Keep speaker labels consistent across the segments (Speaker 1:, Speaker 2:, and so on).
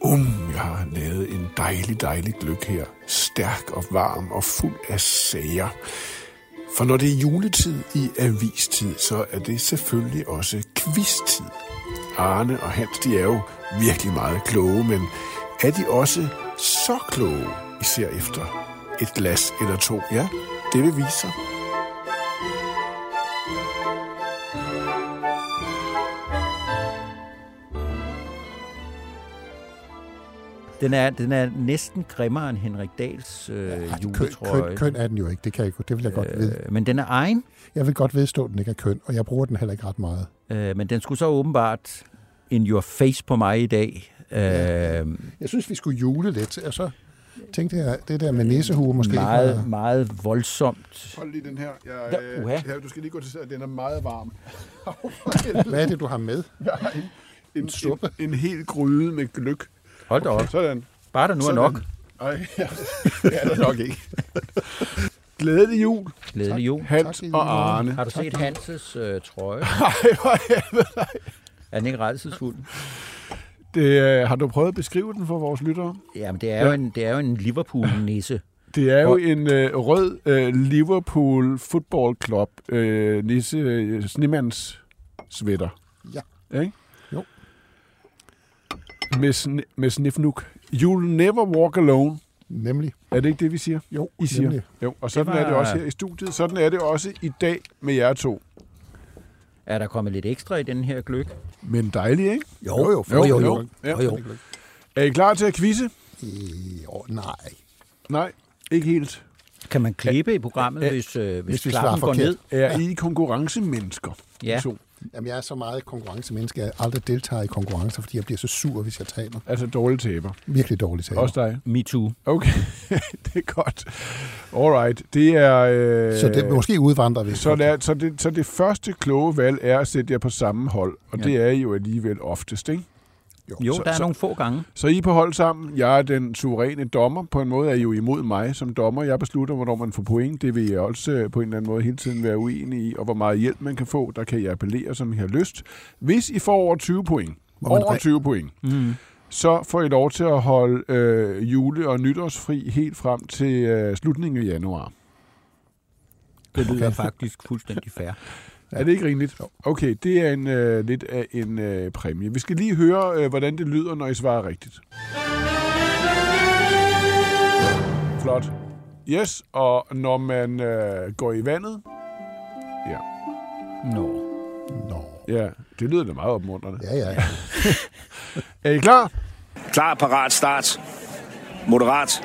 Speaker 1: Um, jeg har lavet en dejlig, dejlig gløk her. Stærk og varm og fuld af sager. For når det er juletid i avistid, så er det selvfølgelig også quiztid. Arne og Hans, de er jo virkelig meget kloge, men er de også så kloge, især efter et glas eller to? Ja, det vil vise sig.
Speaker 2: Den er, den er næsten grimmere end Henrik Dahls øh, ja,
Speaker 3: Køn,
Speaker 2: juletrøje.
Speaker 3: køn, køn er den jo ikke, det kan jeg ikke, det vil jeg godt vide.
Speaker 2: Øh, men den er egen,
Speaker 3: Jeg vil godt vedstå, at den ikke er køn, og jeg bruger den heller ikke ret meget.
Speaker 2: øh, men den skulle så åbenbart in your face på mig i dag. Øh,
Speaker 3: Jeg synes, vi skulle jule lidt, og så tænkte jeg, det der med næsehuer måske.
Speaker 2: meget, meget voldsomt.
Speaker 1: Hold lige den her. Jeg,
Speaker 2: Der- øh, uha.
Speaker 1: du skal lige gå til siden, den er meget varm.
Speaker 3: Hvad er det, du har med?
Speaker 1: en,
Speaker 3: suppe.
Speaker 1: En, en hel gryde med gløk.
Speaker 2: Hold da op.
Speaker 1: Sådan.
Speaker 2: Bare der nu er
Speaker 1: Sådan.
Speaker 2: nok.
Speaker 1: Ej, ja. det er der nok ikke. Glædelig jul,
Speaker 2: Glædelig jul.
Speaker 1: Hans
Speaker 3: Tak, i lige
Speaker 1: og
Speaker 3: måde.
Speaker 1: Arne.
Speaker 2: Har du set Hanses øh, trøje?
Speaker 1: Ej, hvor er det-
Speaker 2: Er den ikke redselsfuld?
Speaker 1: det, øh, har du prøvet at beskrive den for vores lyttere?
Speaker 2: Jamen, det er jo en, det er jo en Liverpool-nisse.
Speaker 1: Det er jo en øh, rød øh, Liverpool Football Club øh, nisse øh, snemands sweater,
Speaker 3: Ja.
Speaker 1: ikke?
Speaker 3: Jo.
Speaker 1: Med, sne, med snifnuk. You'll never walk alone.
Speaker 3: Nemlig.
Speaker 1: Er det ikke det, vi siger?
Speaker 3: Jo,
Speaker 1: I siger.
Speaker 3: nemlig.
Speaker 1: Jo, og sådan
Speaker 2: Det var-
Speaker 1: er det også her i studiet. Sådan er det også i dag med jer to.
Speaker 2: Er der kommet lidt ekstra i den her gløk?
Speaker 1: Men dejligt, ikke?
Speaker 2: Jo,
Speaker 3: jo, for-
Speaker 2: jo, jo.
Speaker 3: jo,
Speaker 2: jo,
Speaker 1: ja.
Speaker 2: jo, jo.
Speaker 1: Er I klar til at quizze?
Speaker 3: Øh, jo, nej.
Speaker 1: Nej, ikke helt.
Speaker 2: Kan man klippe i programmet, hvis, øh, hvis,
Speaker 3: hvis vi
Speaker 2: hvis
Speaker 3: svarer
Speaker 2: klappen går
Speaker 3: forkert?
Speaker 2: ned?
Speaker 1: Er I konkurrencemennesker?
Speaker 2: Ja.
Speaker 1: I To?
Speaker 3: Jamen, jeg er så meget konkurrencemenneske, at jeg aldrig deltager i konkurrencer, fordi jeg bliver så sur, hvis jeg taber.
Speaker 1: Altså dårlige taber.
Speaker 3: Virkelig dårligt taber.
Speaker 1: Også dig.
Speaker 2: Me too.
Speaker 1: Okay, det er godt. Alright, det er... Øh,
Speaker 3: Så det måske udvandrer vi.
Speaker 1: så, det er, så, det, så det første kloge valg er at sætte jer på samme hold, og
Speaker 2: Ja.
Speaker 1: ja. det er I jo alligevel oftest, ikke?
Speaker 2: Jo,
Speaker 1: Så-
Speaker 2: der er
Speaker 1: så-
Speaker 2: nogle få gange.
Speaker 1: Så I er på hold sammen, jeg er den suveræne dommer, på en måde er I jo imod mig som dommer, jeg beslutter, hvornår man får point, det vil jeg også øh, på en eller anden måde hele tiden være uenig i, og hvor meget hjælp man kan få, der kan jeg appellere, som I har lyst. Hvis I får over 20 point,
Speaker 3: man
Speaker 1: over
Speaker 3: re-
Speaker 1: 20 point,
Speaker 2: Mm.
Speaker 1: så får I lov til at holde øh, jule- og nytårsfri helt frem til øh, slutningen af januar.
Speaker 2: Det lyder faktisk fuldstændig fair.
Speaker 1: Ja. Er det ikke rimeligt? Okay, det er en øh, lidt af en øh, præmie. Vi skal lige høre, øh, hvordan det lyder, når I svarer rigtigt. Flot. Yes, og når man øh, går i vandet... Ja,
Speaker 2: Nå.
Speaker 3: Nå.
Speaker 1: ja, det lyder da meget opmuntrende. Ja.
Speaker 3: Ja, ja.
Speaker 1: Er I klar?
Speaker 4: Klar, parat, start. Moderat.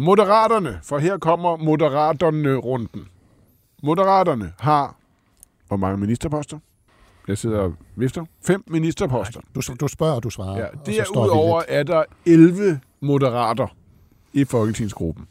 Speaker 1: Moderaterne, for her kommer Moderaterne-runden. Moderaterne har... Hvor mange ministerposter? Jeg sidder og vifter. Fem ministerposter.
Speaker 3: Du, du spørger, og du svarer.
Speaker 1: Ja,
Speaker 3: og så står vi
Speaker 1: derudover
Speaker 3: lidt.
Speaker 1: er der 11 moderater i folketingsgruppen.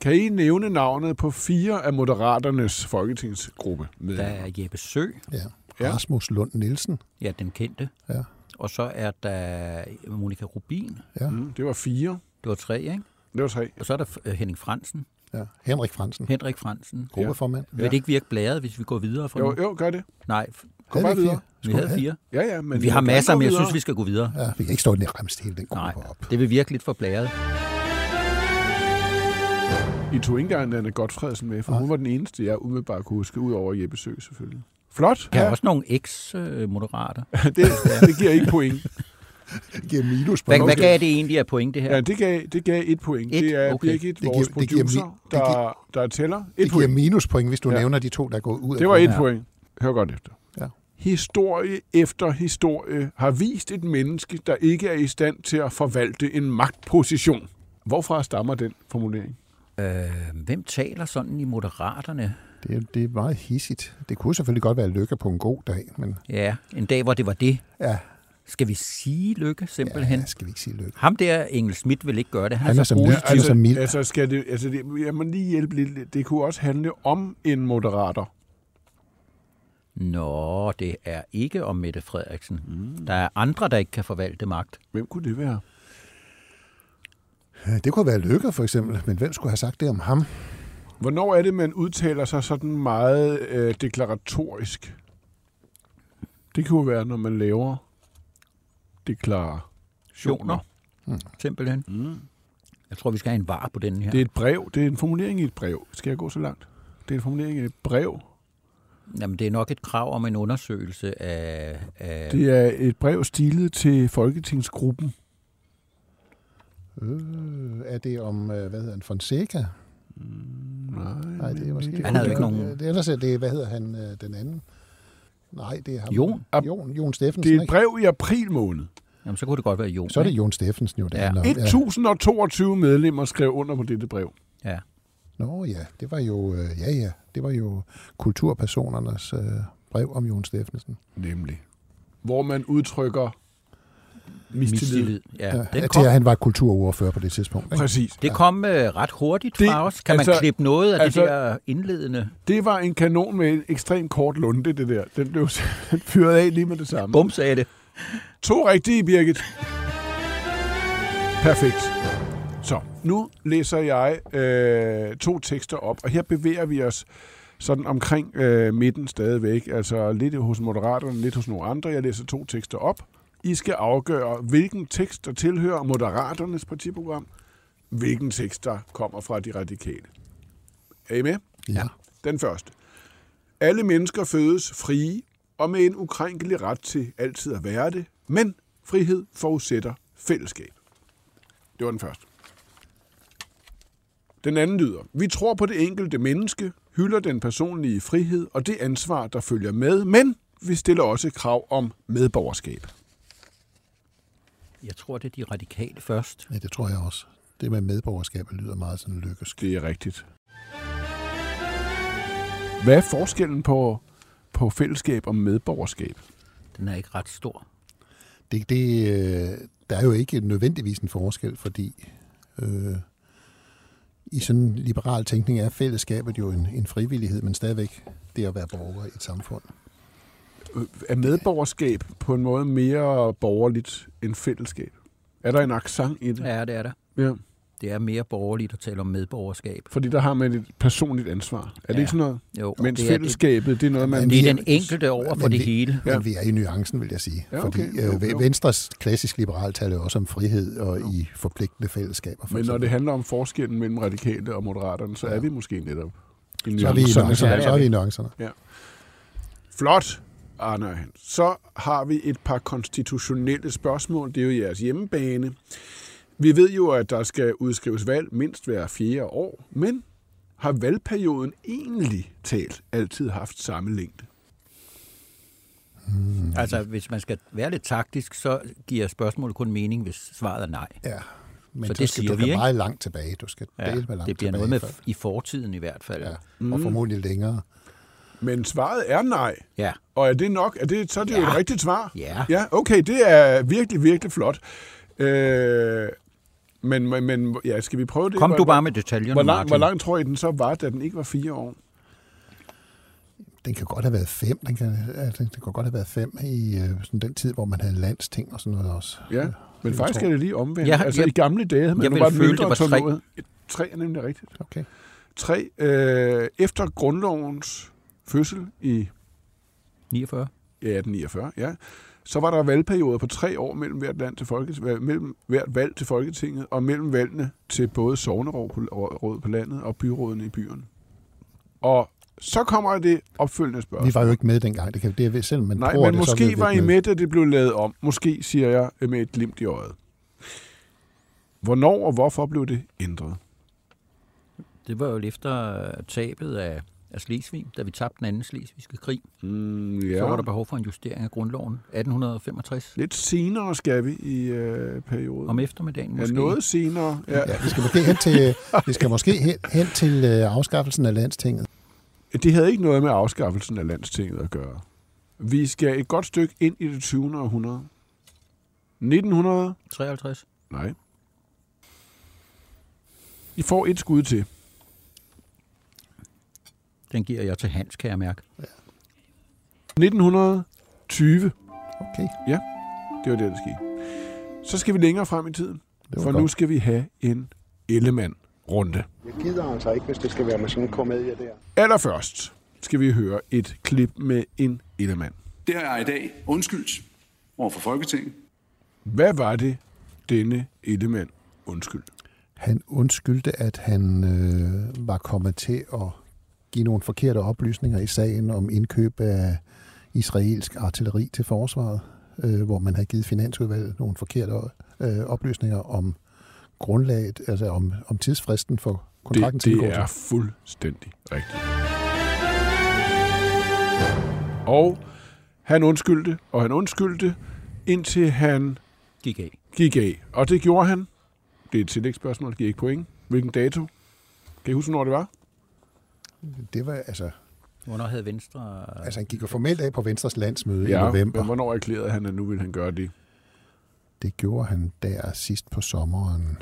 Speaker 1: Kan I nævne navnet på fire af moderaternes folketingsgruppe? Med?
Speaker 2: Der er Jeppe Sø,
Speaker 3: Ja.
Speaker 1: Ja.
Speaker 3: Rasmus Lund Nielsen.
Speaker 2: ja, den kendte.
Speaker 3: Ja.
Speaker 2: Og så er der Monika Rubin.
Speaker 1: Mm, det var fire.
Speaker 2: Det var tre, ikke?
Speaker 1: Det var tre.
Speaker 2: Og så er der øh, Henning Fransen.
Speaker 3: ja. Henrik Fransen,
Speaker 2: Henrik Fransen.
Speaker 3: gruppeformand.
Speaker 2: Vil det ikke virke blæret, hvis vi går videre fra
Speaker 1: Jo,
Speaker 2: nu?
Speaker 1: jo, gør det.
Speaker 2: Nej, f-
Speaker 1: Kom
Speaker 3: Havde
Speaker 1: bare
Speaker 3: vi ikke
Speaker 1: videre.
Speaker 2: vi havde fire.
Speaker 1: Ja, ja, men
Speaker 2: Vi har
Speaker 1: kan
Speaker 2: masser,
Speaker 1: gå
Speaker 2: men jeg
Speaker 1: videre.
Speaker 2: synes, vi skal gå videre.
Speaker 3: Ja, vi kan ikke stå den remse hele den
Speaker 2: Nej,
Speaker 3: gruppe op.
Speaker 2: det vil virkelig lidt for blæret.
Speaker 1: I tog ikke engang Anna Godfredsen med, for hun var den eneste, jeg umiddelbart kunne huske, ud over Jeppe Sø selvfølgelig. Flot.
Speaker 2: Der er også nogle eks-moderater.
Speaker 1: det, det giver ikke point.
Speaker 3: Det giver minus på
Speaker 2: Hvad,
Speaker 3: noget.
Speaker 2: hvad gav det egentlig af point, det her?
Speaker 1: Ja, det gav, det gav et point.
Speaker 2: Et?
Speaker 1: Det er
Speaker 2: Okay.
Speaker 1: Birgit,
Speaker 3: Det giver-
Speaker 1: vores
Speaker 3: det giver mi-
Speaker 1: producer,
Speaker 3: det
Speaker 1: der, der tæller. Et
Speaker 3: Det
Speaker 1: point.
Speaker 3: giver minuspoint, hvis du
Speaker 1: Ja.
Speaker 3: ja. nævner de to, der er gået ud af
Speaker 1: Det var et
Speaker 2: Ja.
Speaker 1: point. Hør godt efter.
Speaker 3: Ja.
Speaker 1: Historie efter historie har vist et menneske, der ikke er i stand til at forvalte en magtposition. Hvorfra stammer den formulering?
Speaker 2: Øh, hvem taler sådan i Moderaterne?
Speaker 3: gruppen. Det er, det er meget hissigt. Det kunne selvfølgelig godt være lykke på en god dag, men
Speaker 2: Ja, en dag, hvor det var det.
Speaker 3: ja,
Speaker 2: Skal vi sige lykke, simpelthen?
Speaker 3: ja
Speaker 2: Ja.
Speaker 3: skal vi ikke sige lykke.
Speaker 2: Ham der, Engel Schmidt, vil ikke gøre det. Han,
Speaker 3: Han
Speaker 2: er,
Speaker 3: er
Speaker 2: så
Speaker 3: som
Speaker 2: positiv.
Speaker 3: lyst. Altså, mild.
Speaker 1: altså, skal det, altså det, jeg må lige hjælpe lidt. Det kunne også handle om en moderator.
Speaker 2: Nå, det er ikke om Mette Frederiksen. Mm. Der er andre, der ikke kan forvalte magt.
Speaker 1: Hvem kunne det være?
Speaker 3: Det kunne være lykke for eksempel, men hvem skulle have sagt det om ham?
Speaker 1: Hvornår er det, man udtaler sig sådan meget øh, deklaratorisk? Det kunne være, når man laver deklarationer.
Speaker 2: Joner, simpelthen. Mm. Jeg tror, vi skal have en var på den her.
Speaker 1: Det er et brev. Det er en formulering i et brev. Skal jeg gå så langt? Det er en formulering i et brev.
Speaker 2: Jamen, det er nok et krav om en undersøgelse af... af
Speaker 1: Det er et brev stilet til Folketingsgruppen.
Speaker 3: Øh, er det om, øh, hvad hedder han, Fonseca?
Speaker 1: Nej,
Speaker 3: Nej, det er måske...
Speaker 2: Han havde jo ikke nogen-
Speaker 3: Det, ellers er det, hvad hedder han, øh, den anden? Nej, det er ham.
Speaker 2: Jon?
Speaker 3: Jon, Jon Steffensen,
Speaker 1: det er et
Speaker 3: ikke?
Speaker 1: brev i april måned.
Speaker 2: Jamen, så kunne det godt være Jon.
Speaker 3: Så er det
Speaker 2: ikke?
Speaker 3: Jon Steffensen jo, det
Speaker 2: Ja.
Speaker 3: handler om.
Speaker 1: 1022 medlemmer skrev under på dette brev.
Speaker 2: Ja.
Speaker 3: Nå ja, det var jo, øh, ja ja, det var jo kulturpersonernes øh, brev om Jon Steffensen.
Speaker 1: Nemlig. Hvor man udtrykker mistillid. mistillid.
Speaker 2: Mistillid. Ja, den
Speaker 3: at
Speaker 2: kom,
Speaker 3: det er, han var kulturordfører på det tidspunkt. Ikke?
Speaker 1: Præcis.
Speaker 2: det kom øh, ret hurtigt
Speaker 1: Det-
Speaker 2: fra os. Kan man
Speaker 1: altså-
Speaker 2: klippe noget af
Speaker 1: altså-
Speaker 2: det der indledende?
Speaker 1: Det var en kanon med en ekstremt kort lunde, det der. Den blev simpelthen fyret af lige med det samme.
Speaker 2: Bum, sagde det.
Speaker 1: To rigtige, Birgit. Perfekt. Så, nu læser jeg øh, to tekster op, og her bevæger vi os sådan omkring øh, midten stadigvæk. Altså lidt hos Moderaterne, lidt hos nogle andre. Jeg læser to tekster op. I skal afgøre, hvilken tekst, der tilhører Moderaternes partiprogram, hvilken tekst, der kommer fra de radikale. Er I med?
Speaker 3: Ja.
Speaker 1: Den første. Alle mennesker fødes frie og med en ukrænkelig ret til altid at være det, men frihed forudsætter fællesskab. Det var den første. Den anden lyder. Vi tror på det enkelte menneske, hylder den personlige frihed og det ansvar, der følger med, men vi stiller også krav om medborgerskab.
Speaker 2: Jeg tror, det er de radikale først.
Speaker 3: ja, det tror jeg også. Det med medborgerskabet lyder meget sådan lykkesk.
Speaker 1: Det er rigtigt. Hvad er forskellen på, på fællesskab og medborgerskab?
Speaker 2: Den er ikke ret stor.
Speaker 3: Det, det, øh, der er jo ikke nødvendigvis en forskel, fordi øh, i sådan en liberal tænkning er fællesskabet jo en, en frivillighed, men stadigvæk det at være borger i et samfund.
Speaker 1: er medborgerskab på en måde mere borgerligt end fællesskab? Er der en accent i det?
Speaker 2: Ja, det er der.
Speaker 1: ja.
Speaker 2: Det er mere borgerligt at tale om medborgerskab.
Speaker 1: Fordi der har man et personligt ansvar. Er det
Speaker 2: Ja.
Speaker 1: ikke sådan noget?
Speaker 2: Jo,
Speaker 1: Mens
Speaker 2: det
Speaker 1: det
Speaker 2: er det.
Speaker 1: fællesskabet, det. det er noget, man...
Speaker 3: Men
Speaker 2: Det
Speaker 3: vi
Speaker 2: er
Speaker 3: er-
Speaker 2: den enkelte over for
Speaker 3: Men
Speaker 2: det
Speaker 3: vi-
Speaker 2: hele.
Speaker 3: Men vi er i nuancen, vil jeg sige.
Speaker 1: Ja,
Speaker 3: Ja,
Speaker 1: okay.
Speaker 3: okay. Fordi
Speaker 1: Jo,
Speaker 3: øh,
Speaker 1: jo.
Speaker 3: Venstres klassisk liberale taler jo også om frihed og i forpligtende fællesskaber.
Speaker 1: Men
Speaker 3: For
Speaker 1: når
Speaker 3: eksempel.
Speaker 1: det handler om forskellen mellem radikale og moderaterne, så er vi måske netop... i
Speaker 3: så er vi i
Speaker 1: nuancerne.
Speaker 3: nuancerne. Så er vi i nuancerne.
Speaker 1: Flot, Arne. Så har vi et par konstitutionelle spørgsmål. Det er jo jeres hjemmebane. Vi ved jo, at der skal udskrives valg mindst hver fjerde år, men har valgperioden egentlig talt altid haft samme længde?
Speaker 2: Altså, hvis man skal være lidt taktisk, så giver spørgsmålet kun mening, hvis svaret er nej.
Speaker 3: Ja. Men
Speaker 2: Så
Speaker 3: så
Speaker 2: det
Speaker 3: det skal,
Speaker 2: siger
Speaker 3: du
Speaker 2: vi,
Speaker 3: skal
Speaker 2: ikke?
Speaker 3: meget langt tilbage. Du skal ja, dele med langt
Speaker 2: det bliver
Speaker 3: tilbage.
Speaker 2: noget med Mm.
Speaker 3: før-
Speaker 2: i fortiden i hvert fald.
Speaker 3: Ja, og formodentlig længere.
Speaker 1: Men svaret er nej.
Speaker 2: ja.
Speaker 1: Og er det nok? Er det, så er det ja. jo et rigtigt svar.
Speaker 2: Ja.
Speaker 1: ja. Okay, det er virkelig, virkelig flot. Øh, men, men- men ja, skal vi prøve det?
Speaker 2: Kom
Speaker 1: Hvor-
Speaker 2: du bare med detaljerne,
Speaker 1: Hvor lang,
Speaker 2: Martin.
Speaker 1: hvor lang tror I, den så var, da den ikke var fire år?
Speaker 3: Den kan godt have været fem. Den kan, ja, den kan godt have været fem i øh, sådan den tid, hvor man havde landsting og sådan noget også.
Speaker 1: Ja, men
Speaker 3: Det
Speaker 1: faktisk
Speaker 3: tror
Speaker 1: er det lige omvendt. Ja,
Speaker 2: Ja,
Speaker 1: altså
Speaker 2: jeg-
Speaker 1: i gamle dage havde
Speaker 2: jeg
Speaker 1: man jo
Speaker 2: ville
Speaker 1: bare
Speaker 2: føle,
Speaker 1: mindre
Speaker 2: det var
Speaker 1: sådan
Speaker 2: tre.
Speaker 1: noget. Et- Tre er nemlig rigtigt.
Speaker 3: Okay.
Speaker 1: Tre, øh, efter grundlovens fødsel i
Speaker 2: 49?
Speaker 1: ja, 1849, ja, så var der valgperioder på tre år mellem hvert, land til Folket, hva- mellem hvert valg til Folketinget og mellem valgene til både sogneråd på, råd på landet og byrådene i byerne. Og så kommer det opfølgende spørgsmål.
Speaker 3: Vi var jo ikke med dengang. Det kan, det er, selvom man
Speaker 1: Nej,
Speaker 3: tror
Speaker 1: men
Speaker 3: det, så er vi
Speaker 1: måske
Speaker 3: ikke
Speaker 1: var I
Speaker 3: med.
Speaker 1: med, da det blev lavet om. Måske, siger jeg med et glimt i øjet. Hvornår og hvorfor blev det ændret?
Speaker 2: Det var jo efter øh, tabet af, af Slesvig, da vi tabte den anden slesvigske krig.
Speaker 1: Mm,
Speaker 2: Ja. Så var der behov for en justering af grundloven 1865.
Speaker 1: Lidt senere skal vi i øh, perioden.
Speaker 2: Om eftermiddagen
Speaker 1: ja,
Speaker 2: måske.
Speaker 1: noget senere. Ja.
Speaker 3: Ja, vi skal måske hen til, vi skal måske hen, hen til øh, afskaffelsen af øh, landstinget.
Speaker 1: Det havde ikke noget med afskaffelsen af landstinget at gøre. Vi skal et godt stykke ind i det 20. århundrede. 1900?
Speaker 2: 53.
Speaker 1: Nej. I får et skud til.
Speaker 2: Den giver jeg til Hans, kan jeg mærke.
Speaker 1: 1920.
Speaker 3: Okay,
Speaker 1: Det var det, der skete. Så skal vi længere frem i tiden,
Speaker 3: det var
Speaker 1: for
Speaker 3: godt.
Speaker 1: nu skal vi have en Ellemann-runde.
Speaker 5: Jeg gider altså ikke, hvis det skal være maskinkomedie der.
Speaker 1: Allerførst skal vi høre et klip med en Ellemann.
Speaker 6: Det har jeg i dag undskyldt over for Folketinget.
Speaker 1: Hvad var det, denne Ellemann undskyld?
Speaker 3: Han undskyldte, at han øh, var kommet til at give nogle forkerte oplysninger i sagen om indkøb af israelsk artilleri til forsvaret, øh, hvor man havde givet Finansudvalget nogle forkerte øh, oplysninger om grundlaget, altså om, om tidsfristen for kontrakten
Speaker 1: Det, det
Speaker 3: tilgåelse.
Speaker 1: er fuldstændig rigtigt. Og han undskyldte, og han undskyldte, indtil han
Speaker 2: Gik af.
Speaker 1: gik af. Og det gjorde han. Det er et tillægsspørgsmål, det giver ikke point. Hvilken dato? Kan I huske, når det var?
Speaker 3: Det var altså,
Speaker 2: Hvornår havde Venstre...
Speaker 3: altså han gik jo formelt af på Venstres landsmøde i
Speaker 1: men
Speaker 3: november.
Speaker 1: hvornår erklærede han, at nu ville han gøre det?
Speaker 3: Det gjorde han der sidst på sommeren.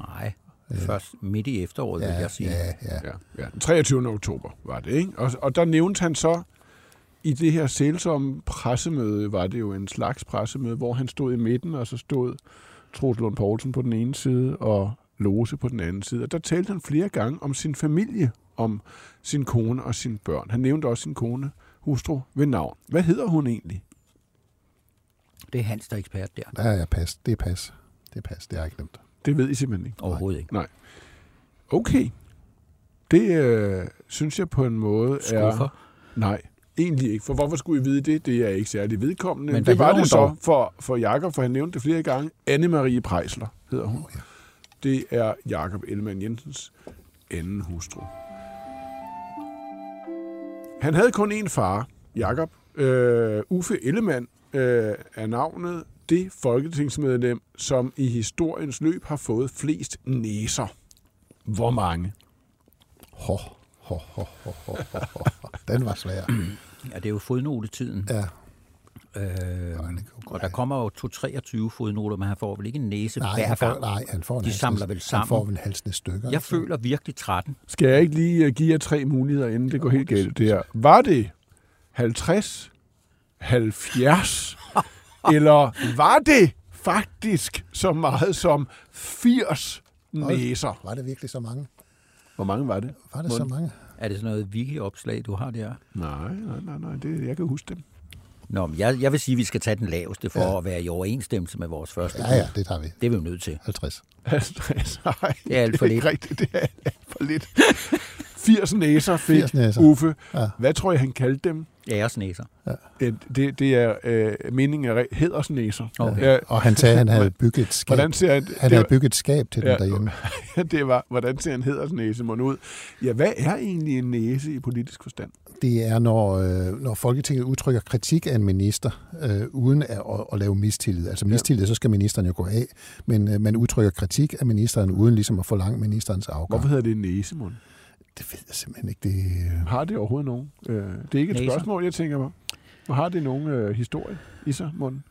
Speaker 2: Nej, først midt i efteråret, vil
Speaker 3: Ja,
Speaker 2: jeg sige.
Speaker 3: ja, ja.
Speaker 1: Ja, ja. Den 23. oktober var det, ikke? Og, og der nævnte han så, i det her sælsomme pressemøde, var det jo en slags pressemøde, hvor han stod i midten, og så stod Troels Lund Poulsen på den ene side, og Lose på den anden side. Og der talte han flere gange om sin familie, om sin kone og sine børn. Han nævnte også sin kone, hustru, ved navn. Hvad hedder hun egentlig?
Speaker 2: Det er Hans, der er ekspert der.
Speaker 3: Der er jeg pas. Det er pas. Det er pas. Det har jeg glemt.
Speaker 1: Det ved I simpelthen ikke.
Speaker 2: Overhovedet ikke.
Speaker 1: Nej. Okay. Det øh, synes jeg på en måde
Speaker 2: Skuffer.
Speaker 1: er... Nej, egentlig ikke. For hvorfor skulle I vide det? Det er ikke særlig vedkommende.
Speaker 2: Men hvad
Speaker 1: det var
Speaker 2: hedder
Speaker 1: det
Speaker 2: hun
Speaker 1: så
Speaker 2: dog?
Speaker 1: for, for Jakob, for han nævnte det flere gange. Anne-Marie Prejsler hedder hun. Det er Jakob Ellemann Jensens anden hustru. Han havde kun én far, Jakob. Øh, Uffe Ellemann øh, er navnet det folketingsmedlem, som i historiens løb har fået flest næser. Hvor mange?
Speaker 3: Hå, hå, hå, hå, hå, hå, hå. Den var svær.
Speaker 2: Ja, det er jo fodnotetiden.
Speaker 3: Ja.
Speaker 2: Øh,
Speaker 3: Nå, det kan jo-
Speaker 2: og der kommer jo 2-23 fodnoter, men han får vel ikke en næse
Speaker 3: Nej,
Speaker 2: hver
Speaker 3: han får,
Speaker 2: gang.
Speaker 3: nej, han får en
Speaker 2: De
Speaker 3: halsnes-
Speaker 2: samler vel
Speaker 3: Han
Speaker 2: sammen.
Speaker 3: får vel en halsende stykker.
Speaker 2: Jeg føler virkelig 13.
Speaker 1: Skal jeg ikke lige øh, give jer tre muligheder, inden det går helt galt det her? Var det 50, 70, eller var det faktisk så meget som 80 næser?
Speaker 3: Var det virkelig så mange?
Speaker 1: Hvor mange var det?
Speaker 3: Var det så mange?
Speaker 2: Er det sådan noget wiki-opslag, du har der?
Speaker 1: Nej, nej, nej, nej. Det, jeg kan huske dem.
Speaker 2: Nå, men jeg, jeg vil sige, at vi skal tage den laveste for ja. at være i overensstemmelse med vores første
Speaker 3: Ja,
Speaker 2: bud.
Speaker 3: ja, det tager vi.
Speaker 2: Det er vi jo nødt til.
Speaker 3: 50.
Speaker 1: 50, nej,
Speaker 2: Det er alt for
Speaker 1: det
Speaker 2: lidt.
Speaker 1: Ikke rigtigt, det er alt for lidt. 80 næser fik
Speaker 3: 80 næser.
Speaker 1: Uffe.
Speaker 3: Ja.
Speaker 1: Hvad tror I, han kaldte dem?
Speaker 2: Æresnæser.
Speaker 1: Det, det, det er øh, meningen af re- hædersnæser.
Speaker 2: Okay.
Speaker 1: Øh,
Speaker 3: Og han sagde, at han havde bygget et skab.
Speaker 1: Hvordan ser jeg,
Speaker 3: han
Speaker 1: det,
Speaker 3: havde bygget et skab til den
Speaker 1: Ja.
Speaker 3: derhjemme.
Speaker 1: var, det var, hvordan ser en hædersnæse mon ud? Ja, hvad er egentlig en næse i politisk forstand?
Speaker 3: Det er, når, øh, når Folketinget udtrykker kritik af en minister, øh, uden at, at, at lave mistillid. Altså mistillid, så skal ministeren jo gå af, men øh, man udtrykker kritik af ministeren, uden ligesom at forlange ministerens afgang.
Speaker 1: Hvorfor hedder det en næse, mon?
Speaker 3: Det ved jeg simpelthen ikke. Det, øh,
Speaker 1: Har det overhovedet nogen? Øh, det er ikke et
Speaker 2: Næser.
Speaker 1: spørgsmål, jeg tænker mig. Har det nogen øh, historie i sig, mon?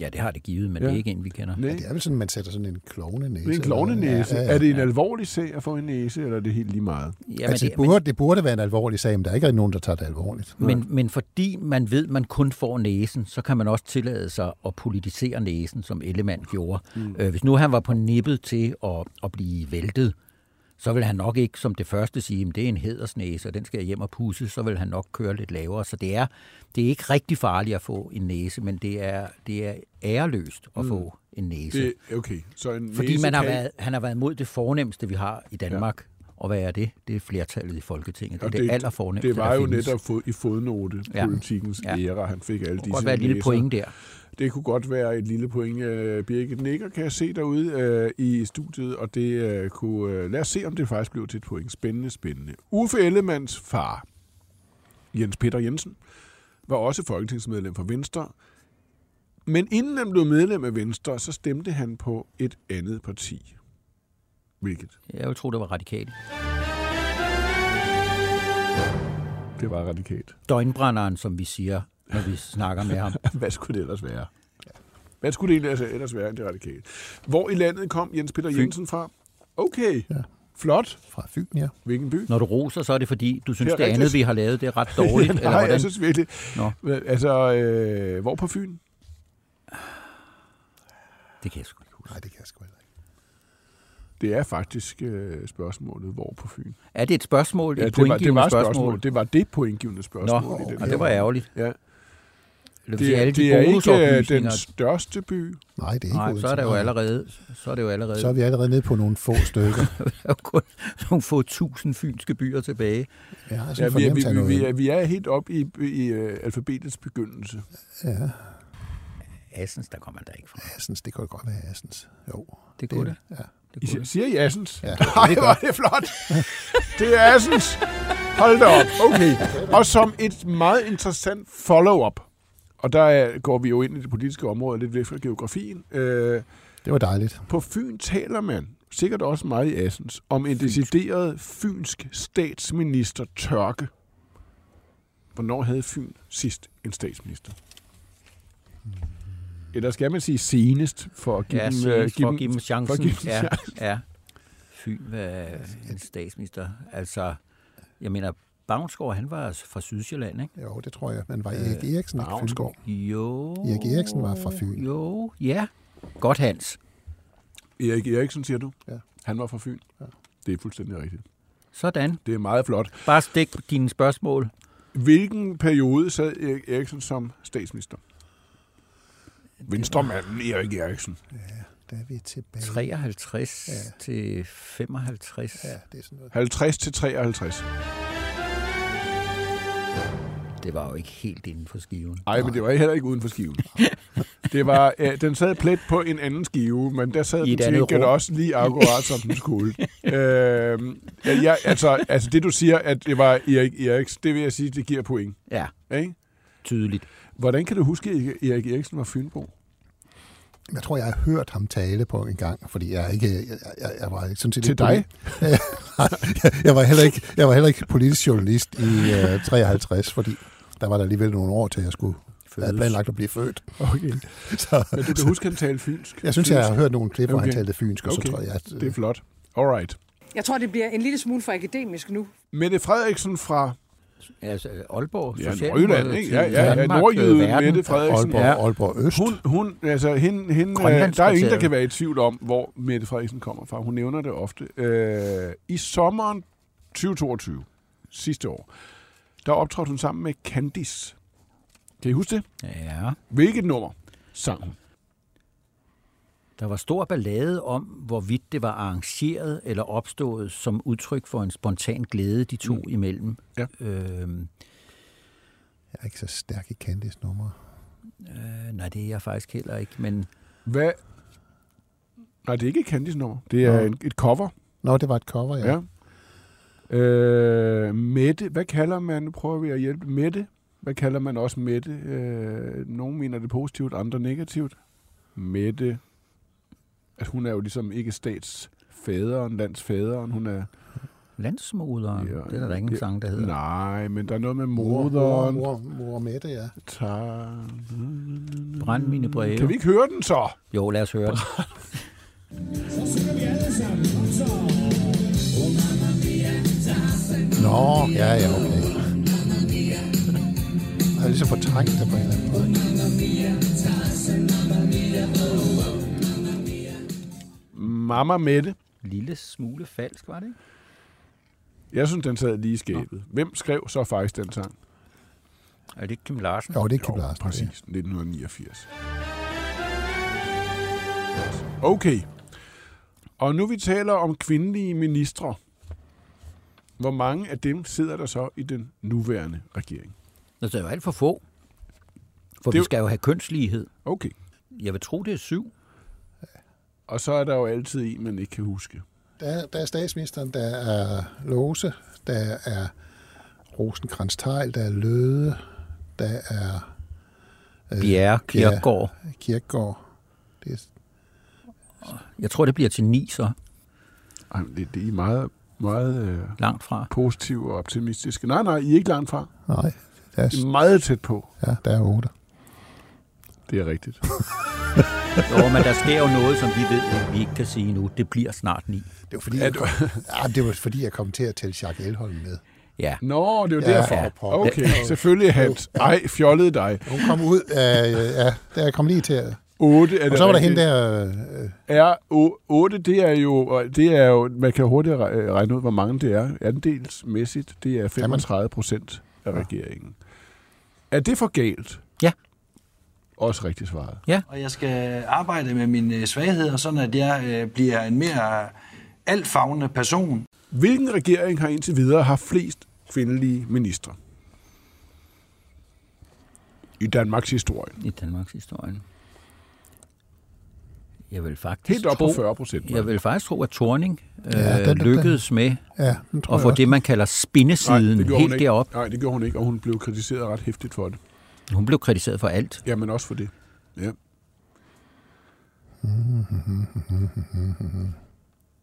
Speaker 2: Ja, det har det givet,
Speaker 1: Ja.
Speaker 2: men ja. det er ikke en, vi kender.
Speaker 1: Nej.
Speaker 3: det er vel sådan, man sætter sådan en klovnenæse.
Speaker 1: Det er en klovnenæse.
Speaker 3: eller-
Speaker 1: Er det en alvorlig sag at få en næse, eller er det helt lige meget?
Speaker 3: Jamen, altså, det, burde, men... det burde være en alvorlig sag, men der er ikke rigtig nogen, der tager det alvorligt.
Speaker 2: Men, men fordi man ved, at man kun får næsen, så kan man også tillade sig at politisere næsen, som Ellemann gjorde. Mm. Øh, hvis nu han var på nippet til at, at blive væltet, så vil han nok ikke som det første sige, at det er en hædersnæse, og den skal jeg hjem og pusse, så vil han nok køre lidt lavere. Så det er, det er ikke rigtig farligt at få en næse, men det er, det er æreløst at mm. få en næse.
Speaker 1: Det, okay, så en
Speaker 2: fordi
Speaker 1: næse
Speaker 2: man har
Speaker 1: kan-
Speaker 2: været, han har været mod det fornemste, vi har i Danmark. Ja. Og hvad er det? Det er flertallet i Folketinget. Det er
Speaker 1: Og
Speaker 2: det, det allerfornemste,
Speaker 1: Det var
Speaker 2: der
Speaker 1: jo
Speaker 2: findes.
Speaker 1: netop fod, i fodnote
Speaker 2: Ja.
Speaker 1: politikens ja.
Speaker 2: Ja.
Speaker 1: ære. Han fik alle
Speaker 2: Det kunne
Speaker 1: disse
Speaker 2: godt være et lille
Speaker 1: næser.
Speaker 2: point der.
Speaker 1: Det kunne godt være et lille point. øh, Birgit Nikker kan jeg se derude øh, i studiet, og det øh, kunne... øh, Lad os se, om det faktisk blev til et point. Spændende, spændende. Uffe Ellemanns far, Jens Peter Jensen, var også folketingsmedlem for Venstre. Men inden han blev medlem af Venstre, så stemte han på et andet parti. Hvilket?
Speaker 2: Jeg vil tro, det var radikalt.
Speaker 1: Det var radikalt.
Speaker 2: Døgnbrænderen, som vi siger, når vi snakker med ham.
Speaker 1: Hvad skulle det ellers være? Hvad skulle det ellers- ellers være end det radikale? Hvor i landet kom Jens Peter Jensen fra? Okay, ja. flot.
Speaker 3: Fra Fyn, ja.
Speaker 1: Hvilken by?
Speaker 2: Når du roser, så er det fordi, du synes,
Speaker 1: Det
Speaker 2: det,
Speaker 1: er
Speaker 2: det andet,
Speaker 1: rigtigt.
Speaker 2: vi har lavet, det er ret dårligt. eller
Speaker 1: Nej,
Speaker 2: hvordan?
Speaker 1: jeg synes virkelig.
Speaker 2: Nå.
Speaker 1: Altså, øh, hvor på Fyn?
Speaker 2: Det kan jeg sgu ikke huske.
Speaker 3: Nej, det kan jeg sgu heller ikke.
Speaker 1: Det er faktisk øh, spørgsmålet, hvor på Fyn.
Speaker 2: Er det et spørgsmål?
Speaker 1: Ja, det
Speaker 2: et
Speaker 1: var, det
Speaker 2: pointgivende
Speaker 1: var
Speaker 2: spørgsmål?
Speaker 1: spørgsmål. Det var det pointgivende spørgsmål.
Speaker 2: Nå,
Speaker 1: i den
Speaker 2: og
Speaker 1: her.
Speaker 2: det var ærgerligt.
Speaker 1: Ja.
Speaker 2: Det, vil sige,
Speaker 1: Det,
Speaker 2: alle
Speaker 1: er-
Speaker 2: de
Speaker 1: det er ikke øh, den
Speaker 2: bonusoplysninger-
Speaker 1: største by.
Speaker 3: Nej, det er ikke
Speaker 2: Nej, så er
Speaker 3: Odense.
Speaker 2: det jo allerede, så er det jo allerede
Speaker 3: Så er vi allerede nede på nogle få stykker.
Speaker 2: der er jo kun nogle få tusind fynske byer tilbage.
Speaker 3: Jeg har sådan
Speaker 1: Ja,
Speaker 3: en
Speaker 1: vi, er, vi,
Speaker 3: fornemmelse af
Speaker 1: vi, vi, er,
Speaker 3: noget.
Speaker 1: vi er helt oppe i, i øh, alfabetets begyndelse.
Speaker 3: Ja,
Speaker 2: Assens, der kommer man da ikke fra.
Speaker 3: Assens, det kunne godt være Assens. Jo.
Speaker 2: Det kunne det.
Speaker 3: Ja.
Speaker 1: I,
Speaker 2: det, kunne
Speaker 1: siger-
Speaker 2: det.
Speaker 1: siger I Assens?
Speaker 3: Ja.
Speaker 1: Nej, hvor er det flot! Det er Assens! Hold da op, okay. Og som et meget interessant follow-up, og der er- går vi jo ind i det politiske område, lidt væk fra geografien. Øh,
Speaker 3: Det var dejligt.
Speaker 1: på Fyn taler man, sikkert også meget i Assens, om en decideret fynsk statsminister tørke. Hvornår havde Fyn sidst en statsminister? Eller skal man sige senest, for at give,
Speaker 2: Hmm. Ja,
Speaker 1: dem,
Speaker 2: senest,
Speaker 1: øh,
Speaker 2: for at give dem
Speaker 1: for
Speaker 2: chancen.
Speaker 1: at give dem
Speaker 2: ja, ja. Fyn øh, en statsminister. Altså, jeg mener, Bavnsgaard, han var fra Sydsjælland, ikke?
Speaker 3: Jo, det tror jeg. Men var Erik Eriksen ikke Fynsgaard?
Speaker 2: Jo.
Speaker 3: Erik Eriksen var fra Fyn.
Speaker 2: Jo, ja. Godt, Hans.
Speaker 1: Erik Eriksen, siger du?
Speaker 3: Ja.
Speaker 1: Han var fra Fyn? Ja. Det er fuldstændig rigtigt.
Speaker 2: Sådan.
Speaker 1: Det er meget flot.
Speaker 2: Bare stik på dine spørgsmål.
Speaker 1: Hvilken periode sad Erik Eriksen som statsminister? Venstremanden Erik Eriksen.
Speaker 3: Der er vi tilbage.
Speaker 2: 53
Speaker 3: Ja.
Speaker 2: ja. til 55. Ja.
Speaker 3: Ja, det er sådan noget.
Speaker 1: 50 til 53.
Speaker 2: Det var jo ikke helt inden for skiven.
Speaker 1: Nej, men det var heller ikke uden for skiven. Det var, øh, den sad plet på en anden skive, men der sad
Speaker 2: I
Speaker 1: den
Speaker 2: et andet
Speaker 1: sikkert
Speaker 2: rum.
Speaker 1: også lige akkurat, som den skulle. øh, ja, altså, altså, det du siger, at det var Erik Eriksen, det vil jeg sige, det giver point.
Speaker 2: Ja,
Speaker 1: Ikke?
Speaker 2: tydeligt.
Speaker 1: Hvordan kan du huske, at Erik Eriksen var Fynbo?
Speaker 3: Jeg tror, jeg har hørt ham tale på en gang, fordi jeg er ikke, jeg, jeg, jeg var sådan set
Speaker 1: Til
Speaker 3: ikke
Speaker 1: dig?
Speaker 3: politi- Nej, jeg, var heller ikke, jeg var heller ikke politisk journalist i uh, 53, fordi der var der alligevel nogle år til, jeg skulle jeg havde planlagt at blive født.
Speaker 1: Okay.
Speaker 3: Så
Speaker 1: Men du kan huske, at han talte fynsk?
Speaker 3: jeg synes, jeg har
Speaker 1: Fynsk.
Speaker 3: hørt nogle klip, hvor han
Speaker 1: Okay.
Speaker 3: talte fynsk, og så tror jeg, at øh,
Speaker 1: det er flot. Alright.
Speaker 7: Jeg tror, det bliver en lille smule for akademisk nu.
Speaker 1: Mette Frederiksen fra
Speaker 2: Altså Aalborg,
Speaker 1: ja,
Speaker 2: Socialdemokratiet,
Speaker 1: Nordjylland, ikke? Ja, ja, ja.
Speaker 2: Danmark,
Speaker 1: Nordjyden
Speaker 2: øh, verden.
Speaker 1: Mette Frederiksen.
Speaker 3: Aalborg,
Speaker 1: Ja.
Speaker 3: Aalborg Øst.
Speaker 1: Hun, hun, altså hende, hende, øh, der er jo ingen, der
Speaker 2: Grønlandskvarteret.
Speaker 1: kan være i tvivl om, hvor Mette Frederiksen kommer fra. Hun nævner det ofte. Øh, I sommeren 2022, sidste år, der optrådte hun sammen med Candice. Kan I huske det?
Speaker 2: Ja,
Speaker 1: Hvilket nummer sang hun?
Speaker 2: der var stor ballade om, hvorvidt det var arrangeret eller opstået som udtryk for en spontan glæde, de to mm. imellem.
Speaker 1: Ja.
Speaker 2: Øhm,
Speaker 3: Jeg er ikke så stærk i Candice nummer.
Speaker 2: øh, nej, det er jeg faktisk heller ikke, men
Speaker 1: Hvad? Nej, det er ikke et Candice nummer. Det er
Speaker 3: Nå.
Speaker 1: en, et cover.
Speaker 3: Nå, det var et cover, ja.
Speaker 1: Ja. Øh, Mette, hvad kalder man, nu prøver vi at hjælpe, Mette, hvad kalder man også Mette? Øh, nogle mener det positivt, andre negativt. Mette, at hun er jo ligesom ikke statsfaderen, landsfaderen, hun er...
Speaker 2: landsmoderen,
Speaker 1: Ja,
Speaker 2: ja, det er der ingen
Speaker 1: ja.
Speaker 2: ja, sang, der hedder.
Speaker 1: Nej, men der er noget med
Speaker 3: Mor, mor,
Speaker 1: moderen.
Speaker 3: mor, mor Mette, ja.
Speaker 1: tager-
Speaker 2: Brænd mine breve.
Speaker 1: Kan vi ikke høre den så?
Speaker 2: Jo, lad os høre den.
Speaker 3: Nå, ja, ja, okay. Jeg har ligesom fortrængt det på en eller anden måde.
Speaker 1: Mamma Mette.
Speaker 2: Lille smule falsk, var det ikke?
Speaker 1: Jeg synes, den sad lige i skabet. Hvem skrev så faktisk den sang?
Speaker 2: Er det ikke Kim Larsen?
Speaker 3: Jo, det er Kim Larsen.
Speaker 1: præcis. 1989. Okay. Og nu vi taler om kvindelige ministre. Hvor mange af dem sidder der så i den nuværende regering?
Speaker 2: Nå, Altså, det er jo alt for få. For
Speaker 1: Det er
Speaker 2: vi
Speaker 1: jo-
Speaker 2: skal jo have kønslighed.
Speaker 1: Okay.
Speaker 2: Jeg vil tro, det er syv.
Speaker 1: Og så er der jo altid en, man ikke kan huske.
Speaker 3: Der, er- der er statsministeren, der er Lose, der er rosenkrantz Theil, der er Løde, der er øh,
Speaker 2: Bjerre, Kierkegaard.
Speaker 3: Kirkegaard. Det er,
Speaker 2: Jeg tror, det bliver til ni, så.
Speaker 1: Ej, men det, det er I meget Meget øh,
Speaker 2: langt fra.
Speaker 1: positiv og optimistisk. Nej, nej, I er ikke langt fra.
Speaker 3: Nej, der
Speaker 1: I er
Speaker 3: er,
Speaker 1: meget tæt på.
Speaker 3: ja, der er otte.
Speaker 1: Det er rigtigt.
Speaker 2: Jo, men der sker jo noget, som vi ved, at vi ikke kan sige nu. Det bliver snart ni.
Speaker 3: Det var fordi, jeg kom, ja, det var fordi, jeg kom til at tælle Jacques Elholm med.
Speaker 2: Ja.
Speaker 1: Nå, det er jo
Speaker 3: Ja,
Speaker 1: derfor.
Speaker 3: ja.
Speaker 1: Okay, selvfølgelig Hans. Ej, fjollede dig.
Speaker 3: Hun kom ud af... øh, Ja, der jeg kom lige til at...
Speaker 1: 8 er
Speaker 3: Og
Speaker 1: det
Speaker 3: så var der
Speaker 1: rigtigt.
Speaker 3: hende der... øh,
Speaker 1: er
Speaker 3: øh,
Speaker 1: 8, det er jo, og det er jo, man kan hurtigt re- øh, regne ud, hvor mange det er. Andelsmæssigt, det er 35 procent af regeringen. Er det for galt?
Speaker 2: Ja.
Speaker 1: Også rigtigt svaret.
Speaker 8: Og jeg skal arbejde med mine øh, svagheder, sådan at jeg øh, bliver en mere altfagende person.
Speaker 1: Hvilken regering har indtil videre haft flest kvindelige ministre? I Danmarks historie.
Speaker 2: I Danmarks historie. Jeg vil faktisk
Speaker 1: Helt op
Speaker 2: tro,
Speaker 1: på 40 procent.
Speaker 2: Jeg vil faktisk tro, at Torning øh,
Speaker 3: Ja,
Speaker 2: ja,
Speaker 3: den- den-
Speaker 2: lykkedes med
Speaker 3: Ja, den tror
Speaker 2: at
Speaker 3: jeg
Speaker 2: få
Speaker 3: også.
Speaker 2: det, man kalder spindesiden helt
Speaker 1: hun ikke.
Speaker 2: derop.
Speaker 1: Nej, det gjorde hun ikke, og hun blev kritiseret ret hæftigt for det.
Speaker 2: Hun blev kritiseret for alt.
Speaker 1: Ja, men også for det. Ja.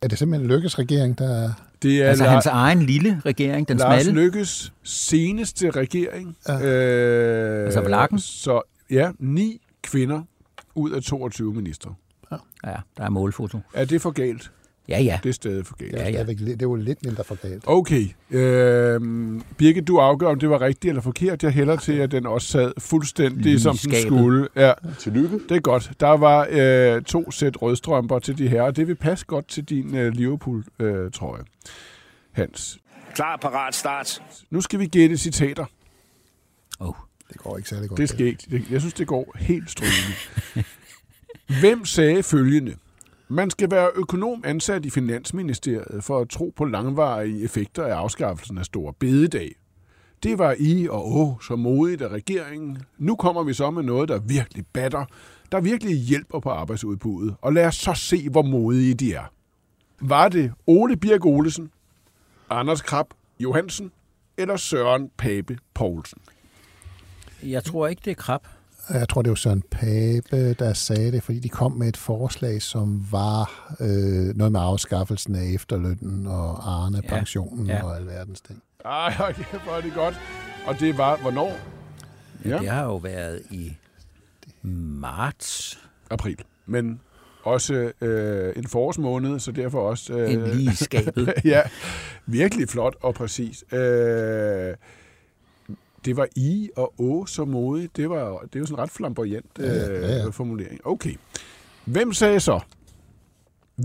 Speaker 3: Er det simpelthen Lykkes regering, der...
Speaker 1: Det er
Speaker 2: altså
Speaker 1: Lars-
Speaker 2: hans egen lille regering, den
Speaker 1: Lars
Speaker 2: smalle.
Speaker 1: Lykkes seneste regering. Ja. Øh,
Speaker 2: Altså Vlaken?
Speaker 1: Så ja, ni kvinder ud af 22 minister.
Speaker 2: Ja, der er målfoto.
Speaker 1: Er det for galt?
Speaker 2: Ja, ja.
Speaker 1: Det er stadig for galt.
Speaker 3: Ja,
Speaker 2: ja.
Speaker 3: ja. Det er jo lidt mindre for galt.
Speaker 1: Okay. Øh, Birke, du afgør, om det var rigtigt eller forkert. Jeg hælder til, at den også sad fuldstændig,
Speaker 2: Lige
Speaker 1: som den
Speaker 2: skabet.
Speaker 1: skulle. Ja. Tillykke. Det er godt. Der var øh, to sæt rødstrømper til de her, og det vil passe godt til din øh, Liverpool-trøje, øh, trøje. Hans.
Speaker 4: Klar, parat, start.
Speaker 1: Nu skal vi gætte citater.
Speaker 2: Oh.
Speaker 3: Det går ikke særlig godt.
Speaker 1: Det skal ikke. Det- Jeg synes, det går helt strygende. Hvem sagde følgende? Man skal være økonom ansat i Finansministeriet for at tro på langvarige effekter af afskaffelsen af store bededag. Det var I og Å så modigt af regeringen. Nu kommer vi så med noget, der virkelig batter, der virkelig hjælper på arbejdsudbuddet. Og lad os så se, hvor modige de er. Var det Ole Birk Olesen, Anders Krab Johansen eller Søren Pape Poulsen?
Speaker 2: Jeg tror ikke, det er krab.
Speaker 3: Jeg tror, det var Søren Pape, der sagde det, fordi de kom med et forslag, som var øh, noget med afskaffelsen af efterlønnen og Arne, ja. pensionen
Speaker 2: ja.
Speaker 3: ja. og alverdens ting.
Speaker 1: Ej, hold kæft, hvor er det godt. Og det var, hvornår? Ja.
Speaker 2: Ja. Det har jo været i marts.
Speaker 1: April. Men også øh, en forårsmåned, så derfor også... Øh,
Speaker 2: End lige i skabet.
Speaker 1: ja, virkelig flot og præcis. Øh, det var I og Å så modigt. Det var, det er jo sådan en ret flamboyant øh, ja, ja. formulering. Okay. Hvem sagde så?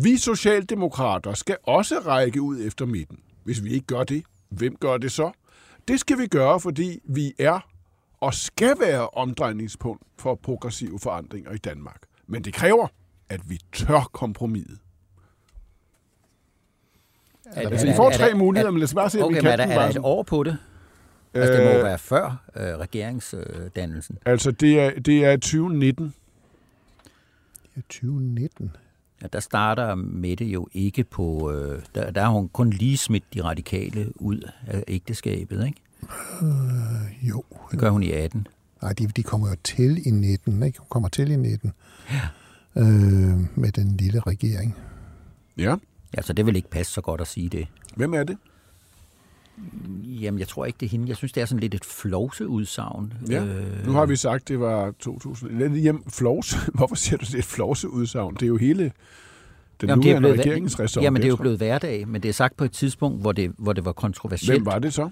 Speaker 1: Vi socialdemokrater skal også række ud efter midten. Hvis vi ikke gør det, hvem gør det så? Det skal vi gøre, fordi vi er og skal være omdrejningspunkt for progressive forandringer i Danmark. Men det kræver, at vi tør kompromiset.
Speaker 2: Er,
Speaker 1: Altså,
Speaker 2: er-
Speaker 1: I får
Speaker 2: er-
Speaker 1: tre
Speaker 2: er-
Speaker 1: muligheder,
Speaker 2: er-
Speaker 1: men lad os bare se, om I
Speaker 2: Okay,
Speaker 1: kan
Speaker 2: men er der,
Speaker 1: den
Speaker 2: er der
Speaker 1: bare
Speaker 2: et
Speaker 1: sådan.
Speaker 2: år på det? Altså, det må jo
Speaker 1: Øh,
Speaker 2: være før øh, regeringsdannelsen.
Speaker 1: Altså, det er, det er 2019.
Speaker 3: Ja, 2019.
Speaker 2: Ja, der starter Mette jo ikke på... Øh, der, der har hun kun lige smidt de radikale ud af ægteskabet, ikke?
Speaker 3: Jo.
Speaker 2: Det gør hun i 18.
Speaker 3: Nej, de, de kommer jo til i 19, ikke? Hun kommer til i 19. Ja. Øh, med den lille regering.
Speaker 1: Ja.
Speaker 2: Ja, så det vil ikke passe så godt at sige det.
Speaker 1: Hvem er det?
Speaker 2: Jamen, jeg tror ikke, det er hende. Jeg synes, det er sådan lidt et flovse udsagn.
Speaker 1: Ja. Øh... Nu har vi sagt, det var 2000. Lidt Hjem, flovs. Hvorfor siger du, det er et flovseudsagn? Det er jo hele den
Speaker 2: Jamen, det er
Speaker 1: nuværende
Speaker 2: blevet,
Speaker 1: regeringsressort.
Speaker 2: jamen, det er jo blevet hverdag, men det er sagt på et tidspunkt, hvor det, hvor det var kontroversielt.
Speaker 1: Hvem var det så?